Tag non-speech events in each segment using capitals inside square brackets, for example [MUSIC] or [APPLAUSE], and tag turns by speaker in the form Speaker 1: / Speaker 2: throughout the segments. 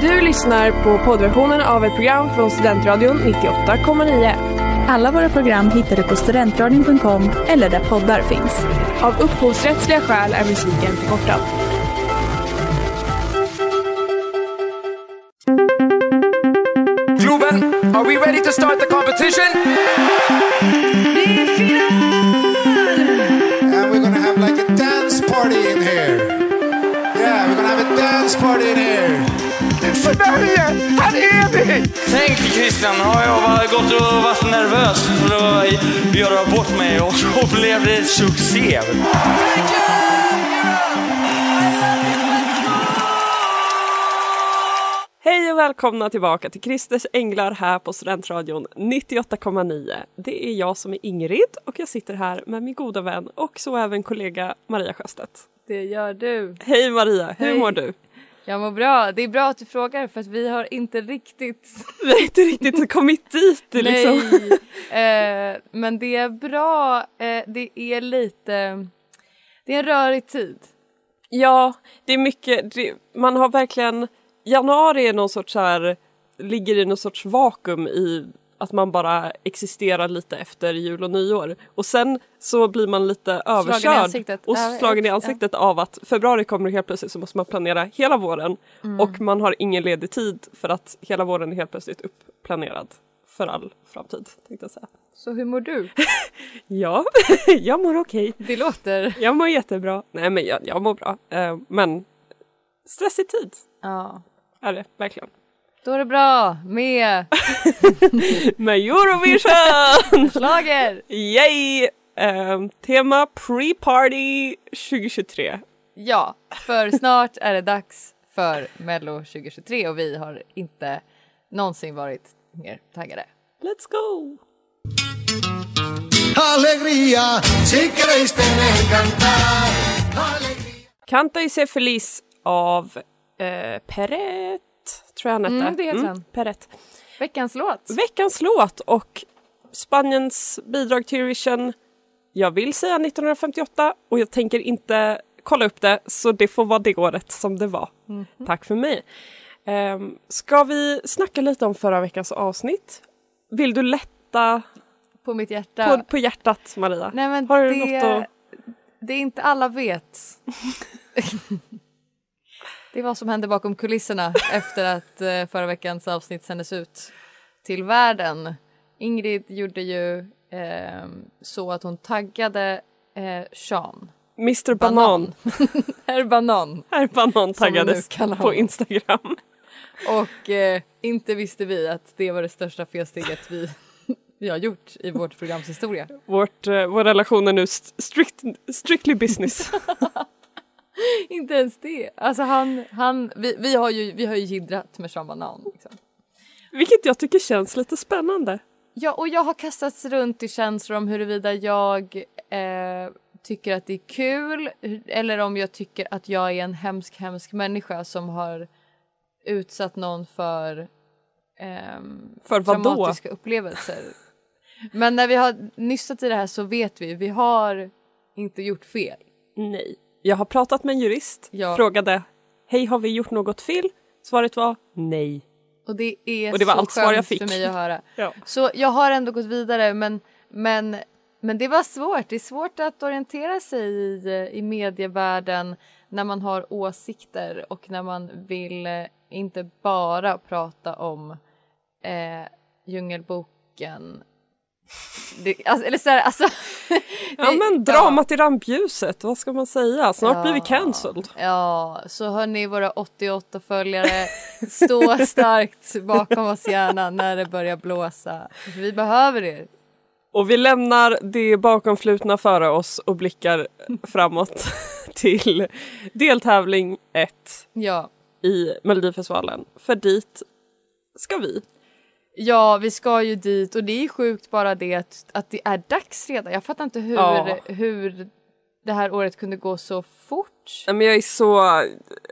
Speaker 1: Du lyssnar på poddversionen av ett program från Studentradion 98,9.
Speaker 2: Alla våra program hittar du på studentradion.com eller där poddar finns.
Speaker 1: Av upphovsrättsliga skäl är musiken förkortad.
Speaker 3: Ruben, are we ready to start the competition?
Speaker 4: And we're gonna have like a dance party in here. Yeah, we're gonna have a dance party in here.
Speaker 3: Sverige, här är vi!
Speaker 5: Tänk Christian, har jag varit- gått och varit nervös för att göra bort mig och [LAUGHS] så blev det succé.
Speaker 1: Hej och välkomna tillbaka till Christers Änglar här på Studentradion 98,9. Det är jag som är Ingrid och jag sitter här med min goda vän och så även kollega Maria Sjöstedt.
Speaker 6: Det gör du.
Speaker 1: Hej Maria, hur
Speaker 6: Hej.
Speaker 1: mår du?
Speaker 6: Jag mår bra. Det är bra att du frågar för att vi har inte riktigt...
Speaker 1: Vi har inte riktigt kommit dit liksom.
Speaker 6: Nej. Eh, men det är bra. Eh, det är lite... Det är en rörig tid.
Speaker 1: Ja, det är mycket, det, man har verkligen, januari är någon sorts så här, ligger i någon sorts vakuum i att man bara existerar lite efter jul och nyår. Och sen så blir man lite överkörd
Speaker 6: ansiktet.
Speaker 1: och
Speaker 6: Ja,
Speaker 1: slagen i
Speaker 6: ja.
Speaker 1: ansiktet av att februari kommer och helt plötsligt så måste man planera hela våren
Speaker 6: Mm.
Speaker 1: och man har ingen ledig tid för att hela våren är helt plötsligt uppplanerad för all framtid. Tänkte jag säga.
Speaker 6: Så hur mår du?
Speaker 1: Ja, [LAUGHS] jag mår okej.
Speaker 6: Det låter...
Speaker 1: Jag mår jättebra. Nej men jag, jag mår bra. Eh, men stressig tid
Speaker 6: Ja.
Speaker 1: är det verkligen.
Speaker 6: Då är det bra med
Speaker 1: Med
Speaker 6: [LAUGHS]
Speaker 1: Eurovision!
Speaker 6: slager.
Speaker 1: Yay! Eh, tema pre-party 2023.
Speaker 6: Ja, för snart är det dags för Mello 2023 och vi har inte någonsin varit mer taggade.
Speaker 1: Let's go!
Speaker 4: Alegría, si queréis tener cantar. Alegría.
Speaker 1: Canta y se feliz av eh, Perret, tror jag han hette.
Speaker 6: Mm, det heter han.
Speaker 1: Perret.
Speaker 6: Veckans låt.
Speaker 1: Veckans låt och Spaniens bidrag till Eurovision. Jag vill säga 1958 och jag tänker inte kolla upp det så det får vara det året som det var.
Speaker 6: Mhm.
Speaker 1: Tack för mig. Um, ska vi snacka lite om förra veckans avsnitt? Vill du lätta
Speaker 6: På mitt hjärta.
Speaker 1: på, på hjärtat Maria?
Speaker 6: Nej, men
Speaker 1: Har du
Speaker 6: det,
Speaker 1: något att...
Speaker 6: det är inte
Speaker 1: [LAUGHS]
Speaker 6: alla vet. det är vad som hände bakom kulisserna efter att eh, förra veckans avsnitt sändes ut till världen. Ingrid gjorde ju eh, så att hon taggade eh, Sean.
Speaker 1: Mr
Speaker 6: [LAUGHS]
Speaker 1: Banan,
Speaker 6: Herr Banan.
Speaker 1: herr Banan
Speaker 6: Som vi nu
Speaker 1: taggades
Speaker 6: kallar honom.
Speaker 1: på Instagram.
Speaker 6: Och eh, inte visste vi att det var det största felsteget vi, vi har gjort i vårt programs historia.
Speaker 1: Vårt, eh, vår relation är nu st- strict, strictly
Speaker 6: [LAUGHS]
Speaker 1: business.
Speaker 6: Inte ens det. Alltså han, han, vi, vi, har ju, vi har ju jiddrat med Sean Banan. Liksom.
Speaker 1: Vilket jag tycker känns lite spännande.
Speaker 6: Ja, och jag har kastats runt i känslor om huruvida jag eh, tycker att det är kul eller om jag tycker att jag är en hemsk, hemsk människa som har utsatt någon för ehm,
Speaker 1: För vad då?
Speaker 6: traumatiska upplevelser. Men när vi har nystat i det här så vet vi, vi har inte gjort fel.
Speaker 1: Nej. Jag har pratat med en jurist,
Speaker 6: Ja.
Speaker 1: frågade hej har vi gjort något fel? Svaret var nej.
Speaker 6: Och det är
Speaker 1: Och det var
Speaker 6: så
Speaker 1: allt svar jag
Speaker 6: skönt
Speaker 1: fick.
Speaker 6: för mig att höra.
Speaker 1: Ja.
Speaker 6: Så jag har ändå gått vidare men, men, men det var svårt. Det är svårt att orientera sig i, i medievärlden när man har åsikter och när man vill eh, inte bara prata om eh, Djungelboken. Det, alltså, eller så här, alltså, [LAUGHS]
Speaker 1: Ja
Speaker 6: det-
Speaker 1: men dramat i rampljuset, vad ska man säga? Snart blir vi cancelled.
Speaker 6: Ja, så hörni våra 88 följare, stå starkt bakom oss gärna när det börjar blåsa. Vi behöver er.
Speaker 1: Och vi lämnar det bakomflutna före oss och [LAUGHS] blickar framåt till deltävling 1
Speaker 6: Ja.
Speaker 1: i Melodifestivalen. För dit ska vi.
Speaker 6: ja, vi ska ju dit och det är sjukt bara det att, att det är dags redan. Jag fattar inte hur,
Speaker 1: Ja.
Speaker 6: hur det här året kunde gå så fort.
Speaker 1: Nej, Men jag är så...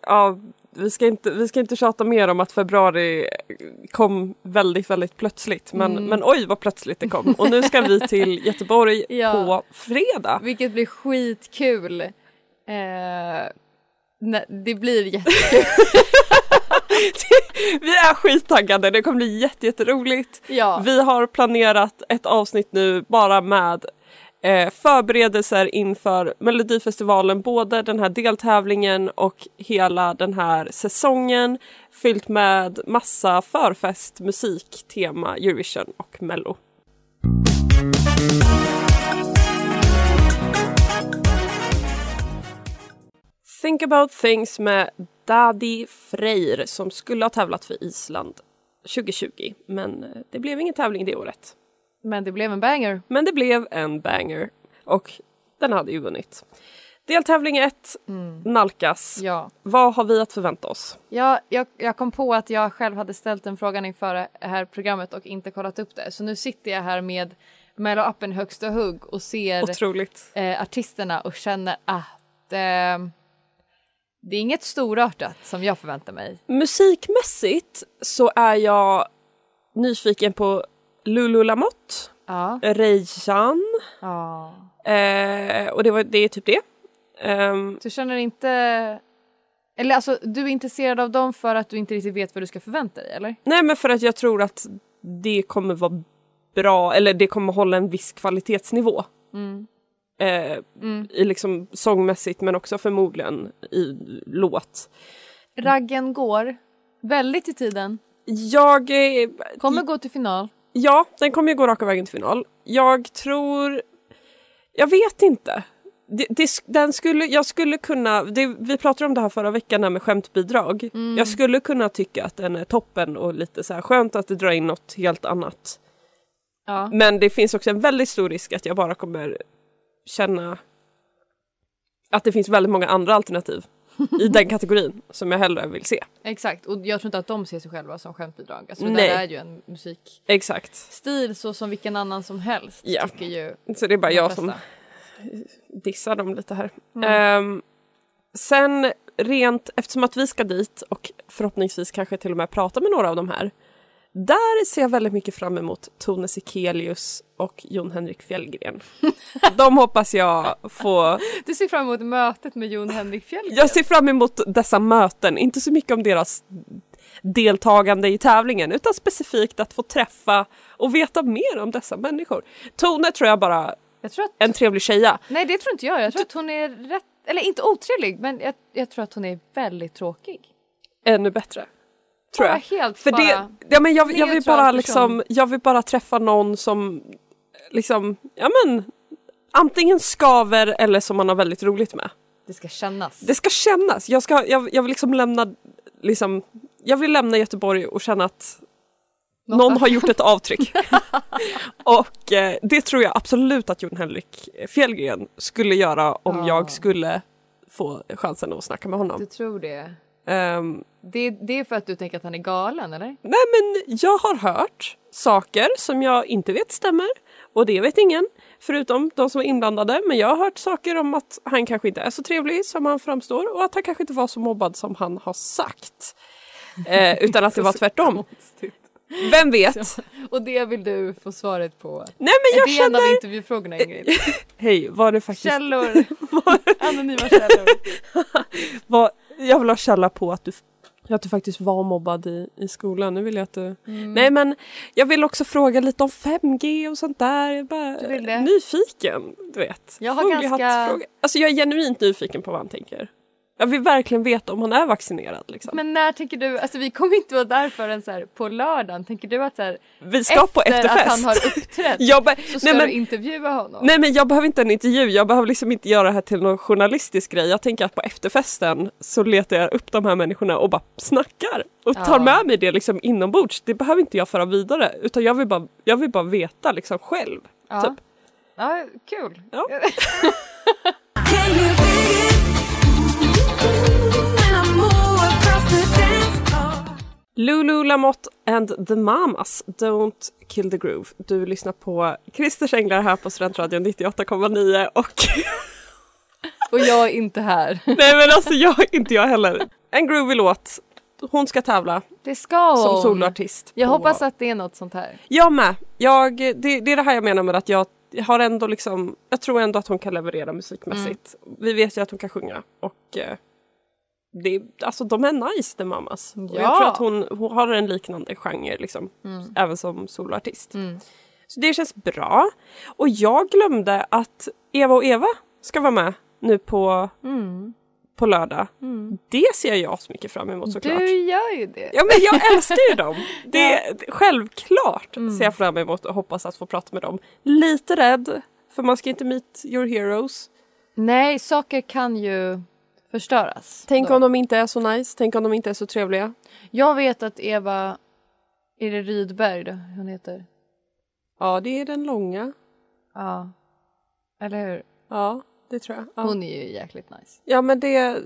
Speaker 1: Ja, vi, ska inte, vi ska inte tjata mer om att februari kom väldigt, väldigt plötsligt. Men, men oj vad plötsligt det kom. Och nu ska vi till Göteborg
Speaker 6: Ja.
Speaker 1: på fredag.
Speaker 6: Vilket blir skitkul. Eh, nej, det blir jättekul.
Speaker 1: Vi är skittaggade, det kommer bli jätte- jätteroligt.
Speaker 6: Ja.
Speaker 1: Vi har planerat ett avsnitt nu bara med eh, förberedelser inför Melodifestivalen, både den här deltävlingen och hela den här säsongen fyllt med massa förfest, musik, tema, Eurovision och Mello. Think about things med Dadi Freyr som skulle ha tävlat för Island 2020, men eh, det blev ingen tävling det året.
Speaker 6: Men det blev en banger.
Speaker 1: Men det blev en banger och den hade ju vunnit. Deltävling 1 nalkas.
Speaker 6: Ja.
Speaker 1: Vad har vi att förvänta oss?
Speaker 6: Ja, jag, jag kom på att jag själv hade ställt den frågan inför det här programmet och inte kollat upp det. Så nu sitter jag här med Mello-appen i högsta hugg och ser
Speaker 1: Otroligt.
Speaker 6: eh, artisterna och känner att eh, det är inget storartat som jag förväntar mig.
Speaker 1: Musikmässigt så är jag nyfiken på Lulu Lamotte,
Speaker 6: Ja.
Speaker 1: Reijan
Speaker 6: ja.
Speaker 1: eh, och det, var, det är typ det. Ehm,
Speaker 6: Du känner inte... Eller alltså, du är intresserad av dem för att du inte riktigt vet vad du ska förvänta dig, eller?
Speaker 1: nej men för att jag tror att det kommer vara bra eller det kommer hålla en viss kvalitetsnivå. Eh, I liksom sångmässigt men också förmodligen i låt.
Speaker 6: Raggen går väldigt i tiden.
Speaker 1: Jag... eh,
Speaker 6: Kommer gå till final.
Speaker 1: Ja, den kommer ju gå raka vägen till final. Jag tror... Jag vet inte. Det, det, den skulle, jag skulle kunna... Det, vi pratade om det här förra veckan här med skämtbidrag. Jag skulle kunna tycka att den är toppen och lite så här skönt att det drar in något helt annat.
Speaker 6: Ja.
Speaker 1: Men det finns också en väldigt stor risk att jag bara kommer känna att det finns väldigt många andra alternativ i den kategorin som jag hellre vill se.
Speaker 6: Exakt, och jag tror inte att de ser sig själva som skämtbidrag. Alltså, det
Speaker 1: Nej.
Speaker 6: där är ju en musikstil
Speaker 1: Exakt.
Speaker 6: så som vilken annan som helst,
Speaker 1: Ja.
Speaker 6: tycker ju
Speaker 1: Så det är bara
Speaker 6: de
Speaker 1: jag
Speaker 6: flesta.
Speaker 1: som dissa dem lite här. Ehm, sen rent, eftersom att vi ska dit och förhoppningsvis kanske till och med prata med några av de här. Där ser jag väldigt mycket fram emot Tone Sekelius och Jon Henrik Fjällgren. De hoppas jag få...
Speaker 6: Du ser fram emot mötet med Jon Henrik Fjällgren.
Speaker 1: Jag ser fram emot dessa möten, inte så mycket om deras deltagande i tävlingen utan specifikt att få träffa och veta mer om dessa människor. Tone tror jag bara,
Speaker 6: Jag tror att,
Speaker 1: en trevlig tjeja.
Speaker 6: Nej, det tror inte jag. Jag tror att hon är rätt... Eller inte otrevlig, men jag, jag tror att hon är väldigt tråkig.
Speaker 1: ännu bättre. Tror
Speaker 6: Bara
Speaker 1: jag.
Speaker 6: helt
Speaker 1: För
Speaker 6: bara
Speaker 1: det, ja, men jag, jag, vill
Speaker 6: neutral
Speaker 1: bara
Speaker 6: person.
Speaker 1: liksom, jag vill bara träffa någon som liksom, ja men antingen skaver eller som man har väldigt roligt med.
Speaker 6: Det ska kännas.
Speaker 1: Det ska kännas. Jag, ska, jag, jag vill liksom lämna liksom, jag vill lämna Göteborg och känna att någon har gjort ett avtryck. och eh, det tror jag absolut att Jon Henrik Fjällgren skulle göra om jag skulle få chansen att snacka med honom.
Speaker 6: Du tror det?
Speaker 1: Ehm,
Speaker 6: det? Det är för att du tänker att han är galen, eller?
Speaker 1: Nej men jag har hört saker som jag inte vet stämmer och det vet ingen förutom de som är inblandade men jag har hört saker om att han kanske inte är så trevlig som han framstår och att han kanske inte var så mobbad som han har sagt. Eh, utan att [LAUGHS] det var tvärtom. Vem vet?
Speaker 6: Och det vill du få svaret på.
Speaker 1: Nej men jag
Speaker 6: det är en av
Speaker 1: känner... [LAUGHS]
Speaker 6: intervjufrågorna, Ingrid.
Speaker 1: Hej, var det faktiskt... [LAUGHS]
Speaker 6: Källor. Anonyma källor.
Speaker 1: Var... Jag vill ha källa på att du, att du faktiskt var mobbad i, i skolan. Nu vill jag att du...
Speaker 6: Mm.
Speaker 1: Nej men jag vill också fråga lite om 5G och sånt där. Jag är bara
Speaker 6: Du vill det?
Speaker 1: nyfiken, du vet.
Speaker 6: Jag har
Speaker 1: Fågelhattsfråga.
Speaker 6: ganska-
Speaker 1: Alltså jag är genuint nyfiken på vad han tänker. Jag vill verkligen veta om han är vaccinerad. Liksom.
Speaker 6: Men när tänker du, alltså vi kommer inte vara där förrän så här, på lördagen. Tänker du att så här,
Speaker 1: Vi ska på efterfest.
Speaker 6: att han har uppträtt
Speaker 1: [LAUGHS] jag be...
Speaker 6: så ska
Speaker 1: nej, men...
Speaker 6: du intervjua honom?
Speaker 1: nej men jag behöver inte en intervju. Jag behöver liksom inte göra det här till någon journalistisk grej. Jag tänker att på efterfesten så letar jag upp de här människorna och bara snackar. Och tar
Speaker 6: Ja.
Speaker 1: med mig det liksom inombords. Det behöver inte jag föra vidare. Utan jag vill bara, jag vill bara veta liksom själv.
Speaker 6: ja.
Speaker 1: Typ.
Speaker 6: ja, kul.
Speaker 1: Ja. Lulu Lamotte and the Mamas, Don't Kill the Groove. Du lyssnar på Christers Änglar här på Studentradion 98,9 och [LAUGHS]
Speaker 6: Och jag är inte här. [LAUGHS]
Speaker 1: nej men alltså jag, inte jag heller. En groovy låt. Hon ska tävla
Speaker 6: Det ska hon.
Speaker 1: som soloartist.
Speaker 6: Jag
Speaker 1: på-
Speaker 6: hoppas att det är något sånt här.
Speaker 1: Jag med. Jag, det, det är det här jag menar med att jag har ändå liksom,
Speaker 6: Mm.
Speaker 1: jag tror ändå att hon kan leverera musikmässigt. Vi vet ju att hon kan sjunga och eh, det, är- alltså de är nice, The Mamas. Och Jag
Speaker 6: Ja. Mm.
Speaker 1: tror att hon, hon har en liknande genre, liksom, även som soloartist. Så det känns bra. Och jag glömde att Eva och Eva ska vara med nu på,
Speaker 6: Mm.
Speaker 1: på lördag. Det ser jag så mycket fram emot såklart.
Speaker 6: Du gör ju det.
Speaker 1: Ja men jag älskar ju [LAUGHS] dem. Det är självklart ser jag fram emot och hoppas att få prata med dem. Lite rädd, för man ska inte meet your heroes.
Speaker 6: Nej, saker kan ju förstöras.
Speaker 1: Tänk
Speaker 6: då.
Speaker 1: om de inte är så nice, tänk om de inte är så trevliga.
Speaker 6: Jag vet att Eva... Är det Rydberg då? hon heter?
Speaker 1: Ja, det är den långa.
Speaker 6: Ja. Eller hur?
Speaker 1: Ja, det tror jag. Ja,
Speaker 6: Hon är ju jäkligt nice.
Speaker 1: ja men det,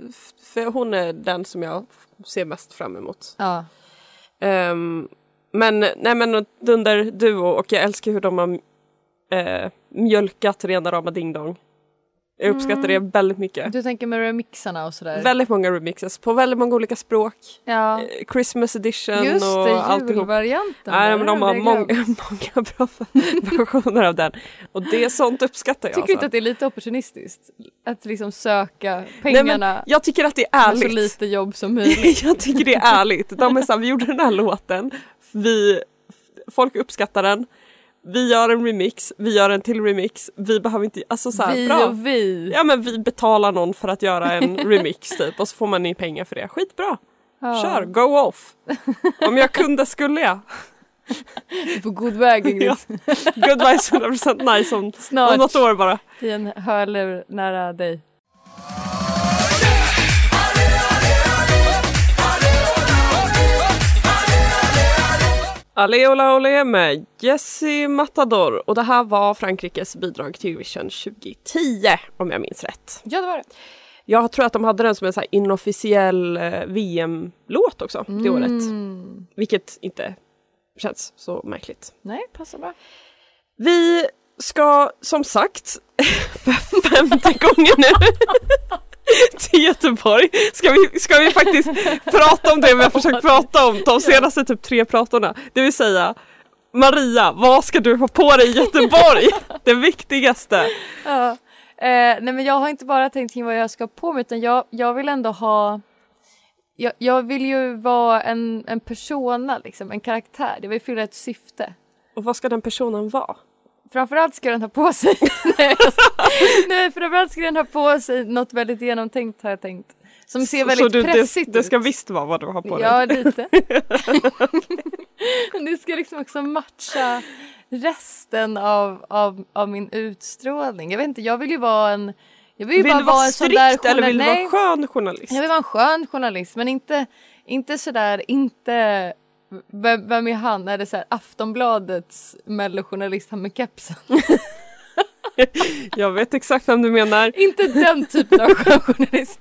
Speaker 1: för hon är den som jag ser mest fram emot.
Speaker 6: Ja.
Speaker 1: Ehm, men nej men Dunder Duo och jag älskar hur de har eh, mjölkat rena rama Ding Dong. Jag uppskattar det väldigt mycket.
Speaker 6: Du tänker med remixarna och sådär?
Speaker 1: Väldigt många remixes på väldigt många olika språk.
Speaker 6: ja.
Speaker 1: Eh, Christmas edition
Speaker 6: Just
Speaker 1: och
Speaker 6: det,
Speaker 1: alltihop.
Speaker 6: julvarianten.
Speaker 1: Nej,
Speaker 6: där
Speaker 1: men de
Speaker 6: hade
Speaker 1: har
Speaker 6: jag
Speaker 1: många,
Speaker 6: glömt.
Speaker 1: [LAUGHS] många bra versioner av den. Och det sånt uppskattar jag.
Speaker 6: Tycker du inte
Speaker 1: alltså.
Speaker 6: att det är lite opportunistiskt? Att liksom söka
Speaker 1: Nej,
Speaker 6: pengarna
Speaker 1: men jag tycker att det är
Speaker 6: med så
Speaker 1: ärligt.
Speaker 6: lite
Speaker 1: [LAUGHS]
Speaker 6: jobb som möjligt.
Speaker 1: jag tycker det är ärligt. De är så här, vi gjorde den här låten, vi, folk uppskattar den, vi gör en remix, vi gör en till remix, vi behöver inte, alltså så här,
Speaker 6: vi
Speaker 1: bra.
Speaker 6: och vi.
Speaker 1: Ja men vi betalar någon för att göra en remix typ och så får man in pengar för det. Skitbra! Kör, go off! Om jag kunde skulle jag.
Speaker 6: På god väg Ingrid.
Speaker 1: Good vibes 100% nice om,
Speaker 6: Snart.
Speaker 1: om något år bara.
Speaker 6: I en hörlur nära dig.
Speaker 1: Allé ola olé med Jesse Matador och det här var Frankrikes bidrag till Eurovision 2010 om jag minns rätt.
Speaker 6: Ja, det var det.
Speaker 1: Jag tror att de hade den som en så här inofficiell eh, VM-låt också det året. Vilket inte känns så märkligt.
Speaker 6: Nej, passar bra.
Speaker 1: Vi ska som sagt [LAUGHS] för femte gången nu [LAUGHS] till Göteborg. Ska vi, ska vi faktiskt prata om det vi har försökt prata om de senaste typ tre pratorna. Det vill säga Maria, vad ska du ha på dig i
Speaker 6: [LAUGHS]
Speaker 1: Göteborg? Det viktigaste.
Speaker 6: Ja. Eh, nej men jag har inte bara tänkt kring vad jag ska ha på mig utan jag, jag vill ändå ha jag, jag vill ju vara en, en persona, liksom, en karaktär. Jag vill fylla ett syfte.
Speaker 1: Och vad ska den personen vara?
Speaker 6: Framförallt ska den ha på sig... [LAUGHS] nej, jag- nej, framförallt ska den ha på sig något väldigt genomtänkt har jag tänkt. Som ser väldigt
Speaker 1: Så du,
Speaker 6: pressigt
Speaker 1: det, det ska
Speaker 6: ut.
Speaker 1: visst vara vad du har på dig.
Speaker 6: Ja,
Speaker 1: [LAUGHS]
Speaker 6: lite. det ska liksom också matcha resten av, av, av min utstrålning. Jag vet inte, jag vill ju vara en... Jag vill ju
Speaker 1: Vill
Speaker 6: bara
Speaker 1: du vara
Speaker 6: en sån där
Speaker 1: strikt eller
Speaker 6: journal-
Speaker 1: vill du
Speaker 6: Nej,
Speaker 1: vara skön journalist?
Speaker 6: Jag vill vara en skön journalist, men inte, inte sådär, inte... Vem, vem är han? Är det såhär Aftonbladets mellojournalist, han med kepsen?
Speaker 1: Jag vet exakt vem du menar.
Speaker 6: inte den typen av skön journalist.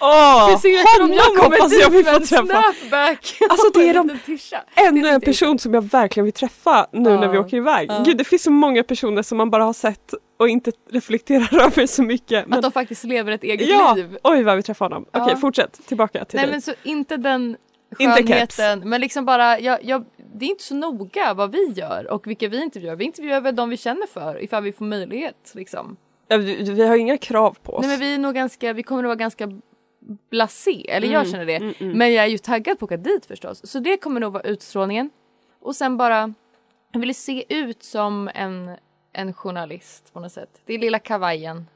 Speaker 1: Åh,
Speaker 6: Så jag tror om jag kommer
Speaker 1: hoppas
Speaker 6: dit
Speaker 1: jag vi
Speaker 6: med typ
Speaker 1: får
Speaker 6: en
Speaker 1: träffa.
Speaker 6: snapback och
Speaker 1: Alltså, det är
Speaker 6: en
Speaker 1: de-
Speaker 6: liten tischa.
Speaker 1: Ännu en
Speaker 6: riktigt.
Speaker 1: person som jag verkligen vill träffa nu när vi
Speaker 6: Ja.
Speaker 1: åker iväg. Gud, det finns så många personer som man bara har sett och inte reflekterar [LAUGHS] över så mycket. Men,
Speaker 6: Att de faktiskt lever ett eget
Speaker 1: ja,
Speaker 6: liv.
Speaker 1: oj vad vi träffar honom. Okej,
Speaker 6: Ja.
Speaker 1: fortsätt tillbaka till
Speaker 6: Nej
Speaker 1: dig.
Speaker 6: men så inte den
Speaker 1: Inte
Speaker 6: skönheten. men liksom bara, jag, jag, det är inte så noga vad vi gör och vilka vi intervjuar. Vi intervjuar väl de vi känner för ifall vi får möjlighet. Liksom.
Speaker 1: Ja, Vi, vi har inga krav på oss.
Speaker 6: Nej men vi är nog ganska, vi kommer att vara ganska blasé, eller jag känner det. Men jag är ju taggad på att åka dit förstås. Så det kommer nog vara utstrålningen. Och sen bara, jag ville se ut som en, en journalist på något sätt. Det är lilla kavajen.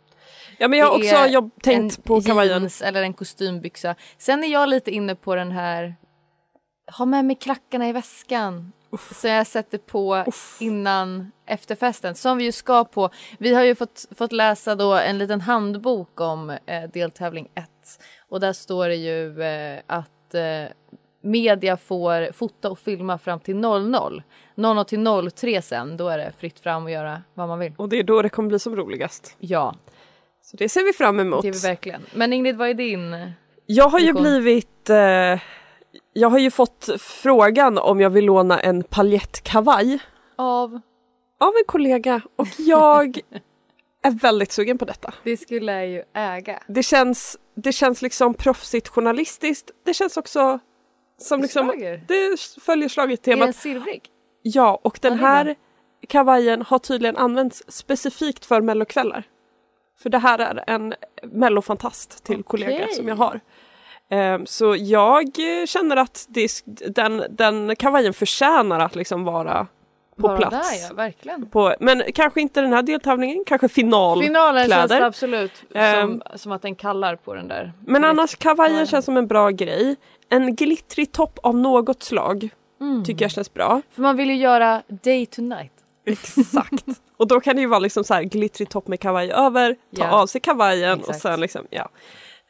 Speaker 1: ja, men jag har
Speaker 6: Det
Speaker 1: också
Speaker 6: är
Speaker 1: jag, tänkt
Speaker 6: en
Speaker 1: på kavajen.
Speaker 6: jeans eller en kostymbyxa. Sen är jag lite inne på den här ha med mig klackarna i väskan. Som jag sätter på innan efterfesten. Som vi ju ska på. Vi har ju fått, fått läsa då en liten handbok om eh, deltävling 1. Och där står det ju eh, att eh, media får fota och filma fram till 00. 00 till 03 sen, då är det fritt fram att göra vad man vill.
Speaker 1: Och det är då det kommer bli som roligast.
Speaker 6: Ja,
Speaker 1: Så det ser vi fram emot.
Speaker 6: det är vi verkligen. Men Ingrid, vad är din...
Speaker 1: Jag har ju
Speaker 6: Nikon.
Speaker 1: blivit... Eh, jag har ju fått frågan om jag vill låna en paljettkavaj
Speaker 6: Av?
Speaker 1: av en kollega och
Speaker 6: [LAUGHS]
Speaker 1: jag är väldigt sugen på detta.
Speaker 6: Det skulle jag ju äga.
Speaker 1: Det känns, det känns liksom proffsigt journalistiskt. Det känns också som liksom...
Speaker 6: Slager.
Speaker 1: Det följer
Speaker 6: Är den
Speaker 1: schlagertemat.
Speaker 6: silvrig?
Speaker 1: Ja, och den
Speaker 6: Ja, det är
Speaker 1: här kavajen har tydligen använts specifikt för mellokvällar. För det här är en mellofantast till kollega som jag har. Ehm, Så jag eh, känner att det, den, den kavajen förtjänar att liksom vara på
Speaker 6: Bara
Speaker 1: plats.
Speaker 6: Där, ja, verkligen.
Speaker 1: på, men kanske inte den här deltävlingen, kanske final.
Speaker 6: Finalen känns
Speaker 1: kläder.
Speaker 6: det absolut
Speaker 1: Ehm.
Speaker 6: som, som att den kallar på den där.
Speaker 1: men annars
Speaker 6: Ja.
Speaker 1: kavajen känns som en bra grej. En glittrig topp av något slag
Speaker 6: Mm.
Speaker 1: tycker jag känns bra.
Speaker 6: För man vill ju göra day to night.
Speaker 1: Exakt. [LAUGHS] och då kan det ju vara liksom så här glittrig topp med kavaj över, ta
Speaker 6: Ja.
Speaker 1: av sig kavajen och
Speaker 6: Exakt.
Speaker 1: sen liksom, ja.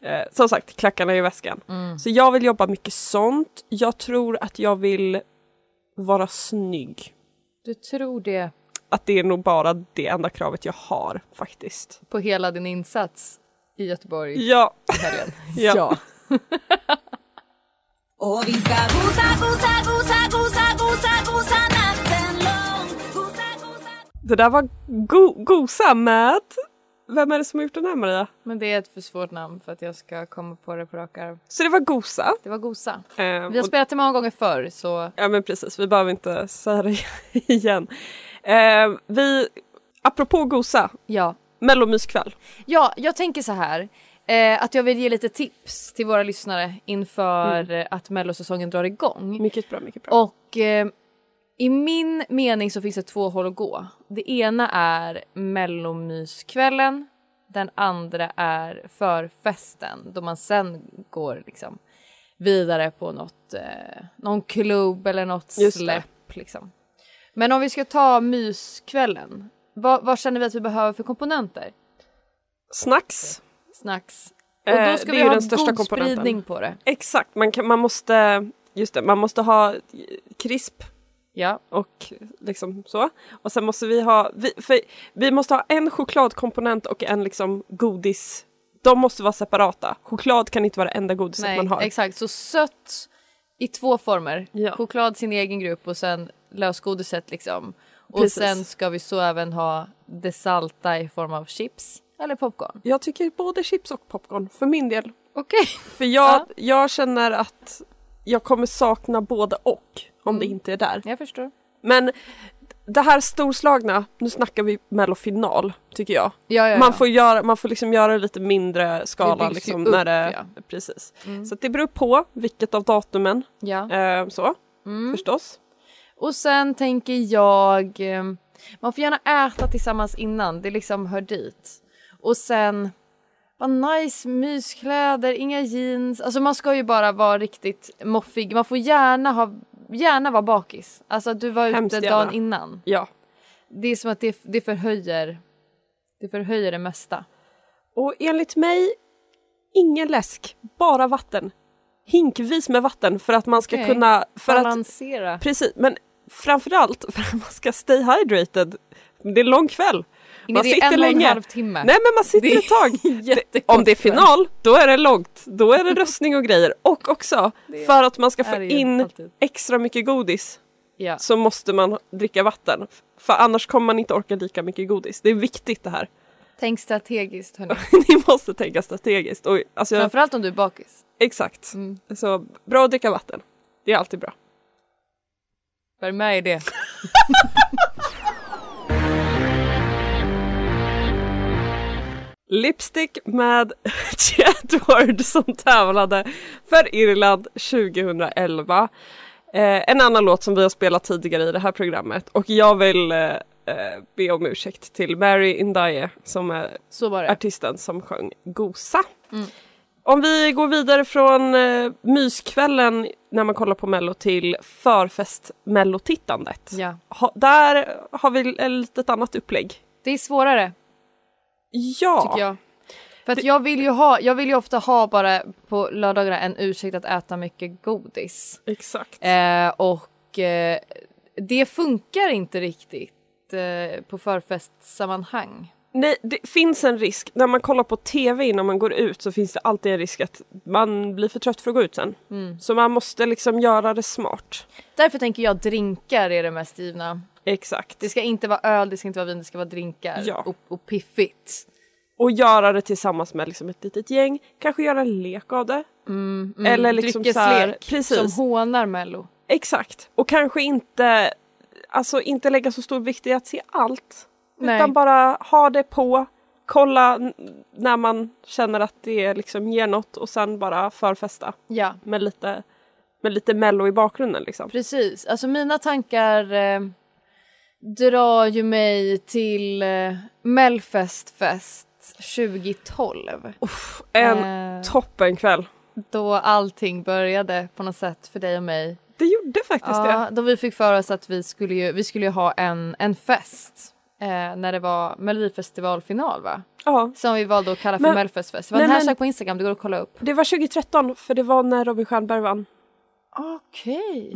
Speaker 1: Eh, som sagt, klackarna i väskan.
Speaker 6: Mm.
Speaker 1: Så jag vill jobba mycket sånt. Jag tror att jag vill vara snygg.
Speaker 6: Du tror det
Speaker 1: Att det är nog bara det enda kravet jag har faktiskt.
Speaker 6: på hela din insats i Göteborg i
Speaker 1: Ja,
Speaker 6: helgen.
Speaker 1: ja.
Speaker 7: Och vi ska gosa, gosa, gosa, gosa, gosa, gosa natten lång Gosa, gosa
Speaker 1: Det där var go- Gosa med... Vem är det som har gjort den här Maria?
Speaker 6: Men det är ett för svårt namn för att jag ska komma på det på rak arm.
Speaker 1: Så det var Gosa.
Speaker 6: Det var Gosa.
Speaker 1: Eh,
Speaker 6: Vi har
Speaker 1: och-
Speaker 6: spelat det många gånger förr så
Speaker 1: Ja men precis, vi behöver inte säga det [LAUGHS] igen. Eh, vi, apropå Gosa,
Speaker 6: ja.
Speaker 1: Mellomyskväll.
Speaker 6: Ja, jag tänker så här. Eh, att jag vill ge lite tips till våra lyssnare inför
Speaker 1: Mm.
Speaker 6: eh, att mellosäsongen drar igång.
Speaker 1: Mycket bra, mycket bra.
Speaker 6: Och eh, i min mening så finns det två håll att gå. Det ena är mellomyskvällen. Den andra är förfesten då man sen går liksom vidare på något, eh, någon klubb eller något
Speaker 1: Just det.
Speaker 6: släpp. Liksom. Men om vi ska ta myskvällen, vad, vad känner vi att vi behöver för komponenter?
Speaker 1: Snacks.
Speaker 6: Snacks.
Speaker 1: Eh,
Speaker 6: Och då ska
Speaker 1: det
Speaker 6: vi
Speaker 1: är ju
Speaker 6: ha
Speaker 1: den största
Speaker 6: god
Speaker 1: komponenten.
Speaker 6: spridning på det.
Speaker 1: Exakt, man, kan, man måste... Just det, man måste ha krisp
Speaker 6: Ja.
Speaker 1: och liksom så. Och sen måste vi ha... Vi, för vi måste ha en chokladkomponent och en liksom godis... De måste vara separata. Choklad kan inte vara det enda godiset
Speaker 6: Nej,
Speaker 1: man har.
Speaker 6: exakt. Så sött i två former.
Speaker 1: Ja.
Speaker 6: Choklad sin egen grupp och sen lösgodiset liksom. Och
Speaker 1: Precis.
Speaker 6: sen ska vi så även ha det salta i form av chips eller popcorn.
Speaker 1: Jag tycker både chips och popcorn, för min del.
Speaker 6: Okej.
Speaker 1: För jag,
Speaker 6: Ja.
Speaker 1: jag känner att jag kommer sakna både och om
Speaker 6: Mm.
Speaker 1: det inte är där.
Speaker 6: Jag förstår.
Speaker 1: Men det här storslagna, nu snackar vi mellofinal tycker jag.
Speaker 6: Ja, ja,
Speaker 1: Man
Speaker 6: ja.
Speaker 1: får, göra, man får liksom göra det lite mindre skala.
Speaker 6: Det byggs ju
Speaker 1: liksom,
Speaker 6: upp,
Speaker 1: när det,
Speaker 6: ja. Mm.
Speaker 1: precis. Så att det beror på vilket av datumen.
Speaker 6: Ja.
Speaker 1: Eh, så,
Speaker 6: Mm.
Speaker 1: förstås.
Speaker 6: Och sen tänker jag, eh, man får gärna äta tillsammans innan, det liksom hör dit. Och sen, vad nice myskläder, inga jeans. Alltså man ska ju bara vara riktigt moffig. Man får gärna, ha, gärna vara bakis. Alltså att du var ute
Speaker 1: Hemskt gärna.
Speaker 6: dagen innan.
Speaker 1: Ja.
Speaker 6: Det är som att det, det förhöjer, det förhöjer det mesta.
Speaker 1: Och enligt mig, ingen läsk, bara vatten. Hinkvis med vatten för att man ska
Speaker 6: Okej.
Speaker 1: kunna... För att,
Speaker 6: Balansera.
Speaker 1: Precis, men framförallt för att man ska stay hydrated. Det är en lång kväll.
Speaker 6: Nej,
Speaker 1: Man
Speaker 6: det är
Speaker 1: sitter
Speaker 6: en och en
Speaker 1: länge.
Speaker 6: halv timme.
Speaker 1: Nej men man sitter
Speaker 6: Det är
Speaker 1: ett tag.
Speaker 6: jättekort
Speaker 1: Om det är
Speaker 6: kväll.
Speaker 1: final, då är det långt. Då
Speaker 6: [LAUGHS]
Speaker 1: är det röstning och grejer. Och också, för att man ska
Speaker 6: är
Speaker 1: få
Speaker 6: det ju
Speaker 1: in
Speaker 6: alltid.
Speaker 1: extra mycket godis
Speaker 6: Ja.
Speaker 1: så måste man dricka vatten. För annars kommer man inte orka lika mycket godis. Det är viktigt det här. [LAUGHS]
Speaker 6: Tänk strategiskt hörni.
Speaker 1: Ni måste tänka strategiskt. Och, alltså, jag,
Speaker 6: Framförallt om du är bakis.
Speaker 1: exakt.
Speaker 6: Mm.
Speaker 1: Så bra att dricka vatten. Det är alltid bra.
Speaker 6: Var med i det.
Speaker 1: Lipstick med [LAUGHS] Chadward som tävlade för Irland 2011. Eh, en annan låt som vi har spelat tidigare i det här programmet och jag vill eh, eh, be om ursäkt till Mary Indaye som är
Speaker 6: Så var det.
Speaker 1: artisten som sjöng Gosa.
Speaker 6: Mm.
Speaker 1: Om vi går vidare från eh, myskvällen när man kollar på mello till förfest-mellotittandet.
Speaker 6: Ja.
Speaker 1: Ha, där har vi ett litet annat upplägg.
Speaker 6: Det är svårare.
Speaker 1: Ja,
Speaker 6: tycker jag. För att jag vill ju ha, jag vill ju ofta ha bara på lördagarna en ursäkt att äta mycket godis.
Speaker 1: exakt.
Speaker 6: Eh, och eh, det funkar inte riktigt eh, på förfestsammanhang.
Speaker 1: Nej, det finns en risk. När man kollar på tv innan man går ut så finns det alltid en risk att man blir för trött för att gå ut sen.
Speaker 6: Mm.
Speaker 1: Så man måste liksom göra det smart.
Speaker 6: Därför tänker jag drinkar är det mest givna.
Speaker 1: Exakt.
Speaker 6: Det ska inte vara öl, det ska inte vara vin, det ska vara drinkar.
Speaker 1: Ja.
Speaker 6: Och, och piffigt.
Speaker 1: Och göra det tillsammans med liksom ett litet gäng. Kanske göra en lek av det. Eller liksom så här,
Speaker 6: Mm, Dryckeslek
Speaker 1: Precis.
Speaker 6: som hånar Mello.
Speaker 1: Exakt. Och kanske inte, alltså inte lägga så stor vikt i att se allt.
Speaker 6: Nej.
Speaker 1: Utan bara ha det på. kolla n- när man känner att det liksom ger något och sen bara förfesta
Speaker 6: Ja,
Speaker 1: med lite, med lite mello i bakgrunden liksom.
Speaker 6: precis. Alltså mina tankar eh, drar ju mig till eh, Melfestfest 2012.
Speaker 1: Uff, en
Speaker 6: Eh,
Speaker 1: toppenkväll.
Speaker 6: Då allting började på något sätt för dig och mig.
Speaker 1: Det gjorde faktiskt
Speaker 6: Ja,
Speaker 1: det.
Speaker 6: då vi fick för oss att vi skulle ju, vi skulle ju ha en, en fest eh, när det var Melodifestivalfinal va?
Speaker 1: Ja.
Speaker 6: Som vi valde att kalla för
Speaker 1: Men-
Speaker 6: Melfestfest. Det var
Speaker 1: nej,
Speaker 6: en
Speaker 1: men-
Speaker 6: hashtag på Instagram, det går att kolla upp.
Speaker 1: Det var 2013 för det var när Robin Stjernberg vann.
Speaker 6: Okej.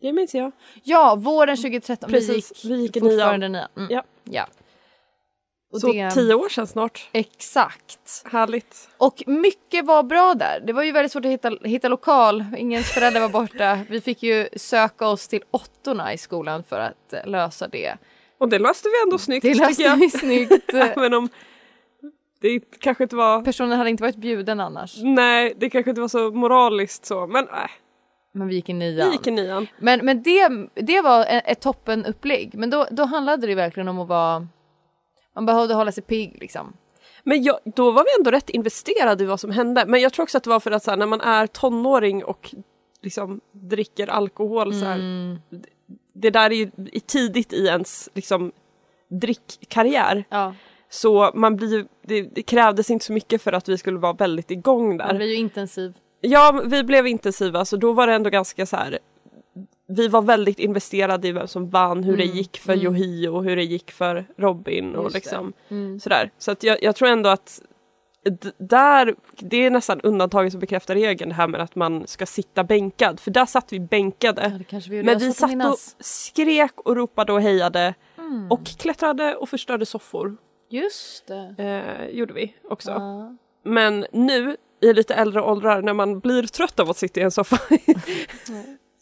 Speaker 1: Det minns jag.
Speaker 6: Ja, våren 2013.
Speaker 1: Precis, vi gick i
Speaker 6: fortfarande nian. Mm.
Speaker 1: Ja.
Speaker 6: ja. Och
Speaker 1: Så
Speaker 6: det-
Speaker 1: tio år sedan snart.
Speaker 6: Exakt.
Speaker 1: Härligt.
Speaker 6: Och mycket var bra där. Det var ju väldigt svårt att hitta, hitta lokal. Ingens föräldrar var borta. Vi fick ju söka oss till åttorna i skolan för att eh, lösa det.
Speaker 1: Och det löste vi ändå snyggt
Speaker 6: Det
Speaker 1: tycker
Speaker 6: löste
Speaker 1: jag.
Speaker 6: vi
Speaker 1: [LAUGHS]
Speaker 6: snyggt.
Speaker 1: Även om det kanske inte var
Speaker 6: Personen hade inte varit bjuden annars.
Speaker 1: Nej, det kanske inte var så moraliskt så, men nej.
Speaker 6: Men vi gick i
Speaker 1: Vi
Speaker 6: nian.
Speaker 1: gick i nian.
Speaker 6: Men, men det, det var e- ett toppen upplägg. Men då, då handlade det verkligen om att vara... Man behövde hålla sig pigg liksom.
Speaker 1: Men jag, då var vi ändå rätt investerade i vad som hände. Men jag tror också att det var för att så här, när man är tonåring och liksom dricker alkohol så här. d- Det där är ju i- tidigt i ens liksom, drickkarriär.
Speaker 6: Ja.
Speaker 1: Så man blir, ju- det, det krävdes inte så mycket för att vi skulle vara väldigt igång där.
Speaker 6: Man blir ju intensiv.
Speaker 1: Ja, vi blev intensiva så då var det ändå ganska så här. Vi var väldigt investerade i vem som vann, hur det gick för Yohio och hur det gick för Robin och
Speaker 6: Mm, Just det. Mm.
Speaker 1: liksom sådär. Så att jag, jag tror ändå att d- där, det är nästan undantaget som bekräftar regeln det här med att man ska sitta bänkad. För där satt vi bänkade.
Speaker 6: Ja, det kanske vi gjorde.
Speaker 1: Men
Speaker 6: Jag har
Speaker 1: vi
Speaker 6: svårt att
Speaker 1: satt och
Speaker 6: minnas. Mm.
Speaker 1: skrek och ropade och hejade och klättrade och förstörde soffor
Speaker 6: Just det.
Speaker 1: eh, gjorde vi också.
Speaker 6: Ja.
Speaker 1: Men nu i lite äldre åldrar när man blir trött av att sitta i en
Speaker 6: [LAUGHS]
Speaker 1: soffa,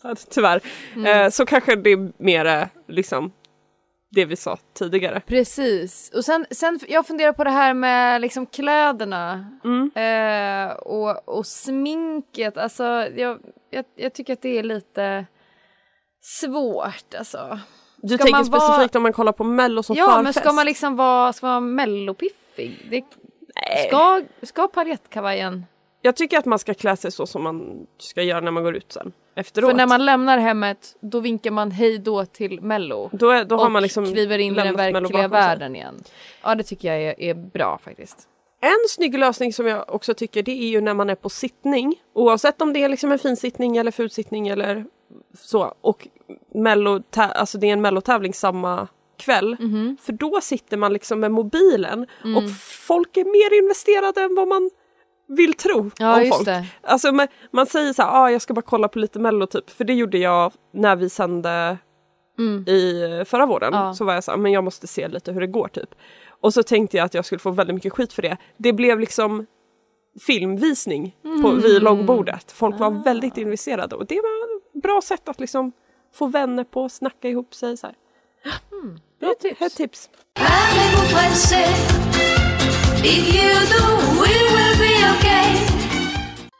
Speaker 1: ja, tyvärr,
Speaker 6: Mm.
Speaker 1: eh, så kanske det är mer eh, liksom det vi sa tidigare.
Speaker 6: Precis. Och sen, sen jag funderar på det här med liksom kläderna
Speaker 1: Mm.
Speaker 6: eh, och, och sminket. Alltså, jag, jag, jag tycker att det är lite svårt. Alltså.
Speaker 1: Du
Speaker 6: Ska
Speaker 1: tänker
Speaker 6: man vara-
Speaker 1: specifikt om man kollar på Mello som
Speaker 6: Ja,
Speaker 1: förfest?
Speaker 6: men ska man liksom vara, ska man vara mellopiffig? Det, ska, ska paljettkavajen...
Speaker 1: Jag tycker att man ska klä sig så som man ska göra när man går ut sen efteråt.
Speaker 6: För när man lämnar hemmet, då vinkar man hej då till mello.
Speaker 1: då är, då har
Speaker 6: och
Speaker 1: man liksom
Speaker 6: kliver in i den
Speaker 1: lämnat Mello
Speaker 6: verkliga
Speaker 1: bakom sig.
Speaker 6: världen igen. Ja, det tycker jag är, är bra faktiskt.
Speaker 1: En snygg lösning som jag också tycker det är ju när man är på sittning. Oavsett om det är liksom en fin sittning eller ful sittning eller så. Och mello, tä- alltså det är en mellotävling samma kväll.
Speaker 6: Mhm.
Speaker 1: För då sitter man liksom med mobilen och
Speaker 6: Mm.
Speaker 1: folk är mer investerade än vad man vill tro
Speaker 6: Ja,
Speaker 1: om
Speaker 6: just
Speaker 1: folk.
Speaker 6: det.
Speaker 1: Alltså man, man säger så här, ah, jag ska bara kolla på lite mello typ. För det gjorde jag när vi sände i eh, förra våren.
Speaker 6: Ja.
Speaker 1: Så var jag så här, men jag måste se lite hur det går typ. Och så tänkte jag att jag skulle få väldigt mycket skit för det. Det blev liksom filmvisning på, vid långbordet. Folk var väldigt investerade och det var ett bra sätt att liksom få vänner på, snacka ihop sig så här. Bra
Speaker 6: tips.
Speaker 1: Ett tips.
Speaker 7: Allez vous fâcher. If you do, we will be okay.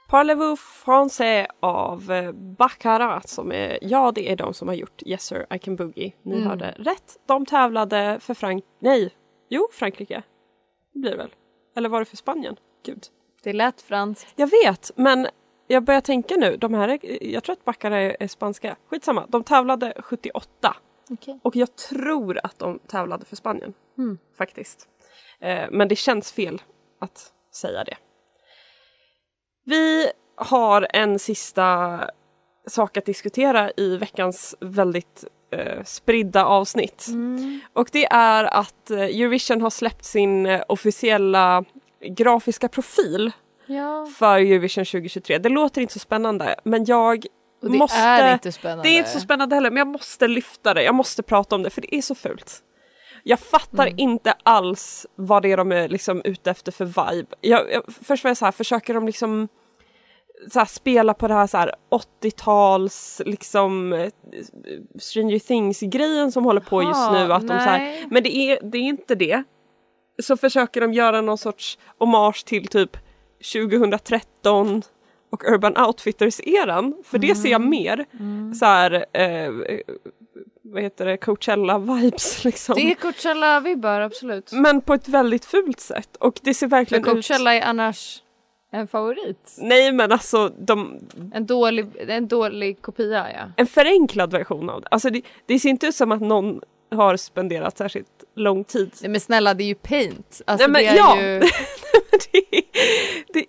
Speaker 1: Parlez-vous français av eh, Baccarat som är, ja det är de som har gjort Yes sir I can boogie. Ni hörde rätt. De tävlade för Frank... nej, jo Frankrike. Det blir det väl. Eller var det för Spanien? Gud.
Speaker 6: Det lät franskt.
Speaker 1: Jag vet, men jag börjar tänka nu, de här, är- jag tror att Baccarat är, är spanska. Skitsamma, de tävlade 78.
Speaker 6: Okej.
Speaker 1: Och jag tror att de tävlade för Spanien, faktiskt. Eh, men det känns fel att säga det. Vi har en sista sak att diskutera i veckans väldigt eh, spridda avsnitt. Och det är att eh, Eurovision har släppt sin eh, officiella grafiska profil
Speaker 6: Ja.
Speaker 1: för Eurovision 2023. Det låter inte så spännande men jag
Speaker 6: Och det
Speaker 1: måste...
Speaker 6: är inte spännande.
Speaker 1: Det är inte så spännande heller men jag måste lyfta det, jag måste prata om det för det är så fult. Jag fattar
Speaker 6: Mm.
Speaker 1: inte alls vad det är de är liksom ute efter för vibe. Jag, jag, först var jag så här, försöker de liksom så här, spela på det här, så här 80-tals liksom eh, Stranger Things-grejen som håller på just
Speaker 6: Jaha,
Speaker 1: nu. Att de, så
Speaker 6: nej.
Speaker 1: här, men det är, det är inte det. Så försöker de göra någon sorts hommage till typ 2013 och
Speaker 6: Mm.
Speaker 1: Urban Outfitters-eran. För det ser jag mer. Så här, eh, vad heter det, Coachella-vibes [LAUGHS] liksom.
Speaker 6: Det är Coachella-vibbar, absolut.
Speaker 1: Men på ett väldigt fult sätt. Och det ser
Speaker 6: För
Speaker 1: verkligen Mm. ut...
Speaker 6: Coachella är annars en favorit.
Speaker 1: Nej men alltså, de,
Speaker 6: En dålig, en dålig kopia, ja.
Speaker 1: en förenklad version av det. Alltså det, det ser inte ut som att någon har spenderat särskilt lång tid.
Speaker 6: Nej, men snälla, det är ju paint. Alltså,
Speaker 1: Nej, men
Speaker 6: det är
Speaker 1: ja. [LAUGHS]
Speaker 6: ju...
Speaker 1: det, är-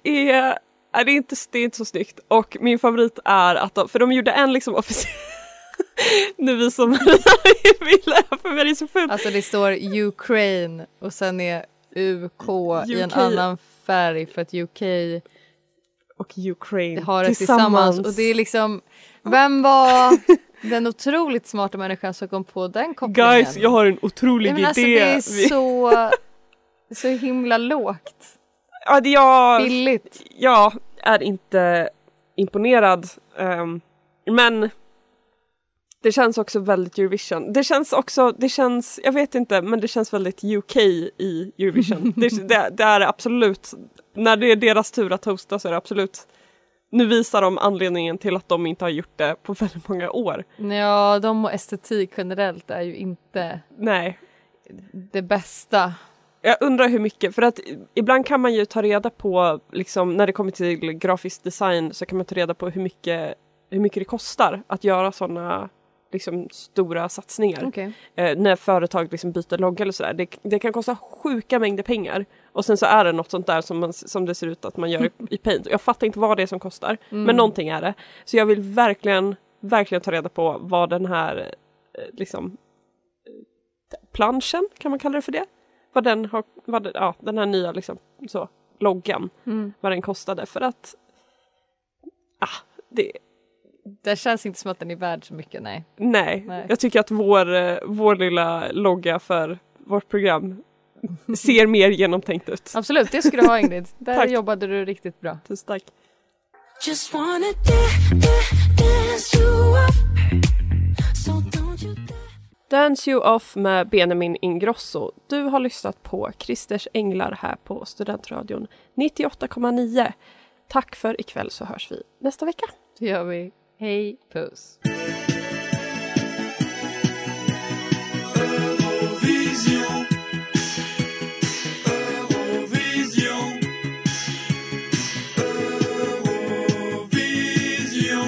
Speaker 1: det är... Nej, det, är inte, det är inte så snyggt. Och min favorit är att de, för de gjorde en liksom [LAUGHS] officiell... nu visar [LAUGHS] Maria ville, för mig är det så fult.
Speaker 6: Alltså det står Ukraine och sen är UK i en
Speaker 1: UK.
Speaker 6: annan färg för att UK
Speaker 1: och Ukraine
Speaker 6: har det tillsammans. Och det är liksom,
Speaker 1: [LAUGHS]
Speaker 6: vem var den otroligt smarta människan som kom på den kopplingen?
Speaker 1: Guys, jag har en otrolig
Speaker 6: Nej, men alltså,
Speaker 1: idé.
Speaker 6: det är
Speaker 1: Vi-
Speaker 6: så, så himla lågt.
Speaker 1: ja, det jag,
Speaker 6: Billigt.
Speaker 1: jag är inte imponerad. ehm, men det känns också väldigt Eurovision. Det känns också, det känns, jag vet inte, men det känns väldigt UK i Eurovision. det, det, det är absolut, när det är deras tur att hosta så är det absolut nu visar de anledningen till att de inte har gjort det på väldigt många år.
Speaker 6: Ja, de och estetik generellt är ju inte
Speaker 1: Nej,
Speaker 6: det bästa.
Speaker 1: Jag undrar hur mycket, för att ibland kan man ju ta reda på, liksom, när det kommer till grafisk design så kan man ta reda på hur mycket, hur mycket det kostar att göra sådana liksom, stora satsningar.
Speaker 6: Okej.
Speaker 1: Eh, när företag liksom byter logga eller sådär. Det, det kan kosta sjuka mängder pengar. Och sen så är det något sånt där som, man, som det ser ut att man gör i, i Paint. Jag fattar inte vad det är som kostar, men någonting är det. Så jag vill verkligen, verkligen ta reda på vad den här eh, liksom, eh, planschen, kan man kalla det för det? Vad den, har, vad det, ja, den här nya liksom, så, loggan, vad den kostade. För att ah, det,
Speaker 6: Det känns inte som att den är värd så mycket, nej.
Speaker 1: Nej.
Speaker 6: Nej.
Speaker 1: jag tycker att vår, eh, vår lilla logga för vårt program ser mer genomtänkt ut.
Speaker 6: Absolut, det ska du
Speaker 1: [LAUGHS]
Speaker 6: ha Ingrid. Där
Speaker 1: Tack.
Speaker 6: jobbade du riktigt bra.
Speaker 1: Tusen tack.
Speaker 7: Just wanna da- da- dance you off. So don't you dare.
Speaker 1: Dance You Off med Benjamin Ingrosso. Du har lyssnat på Christers Änglar här på Studentradion 98,9. Tack för ikväll så hörs vi nästa vecka.
Speaker 6: Det gör vi. Hej, puss.
Speaker 5: Eurovision. Eurovision. Eurovision.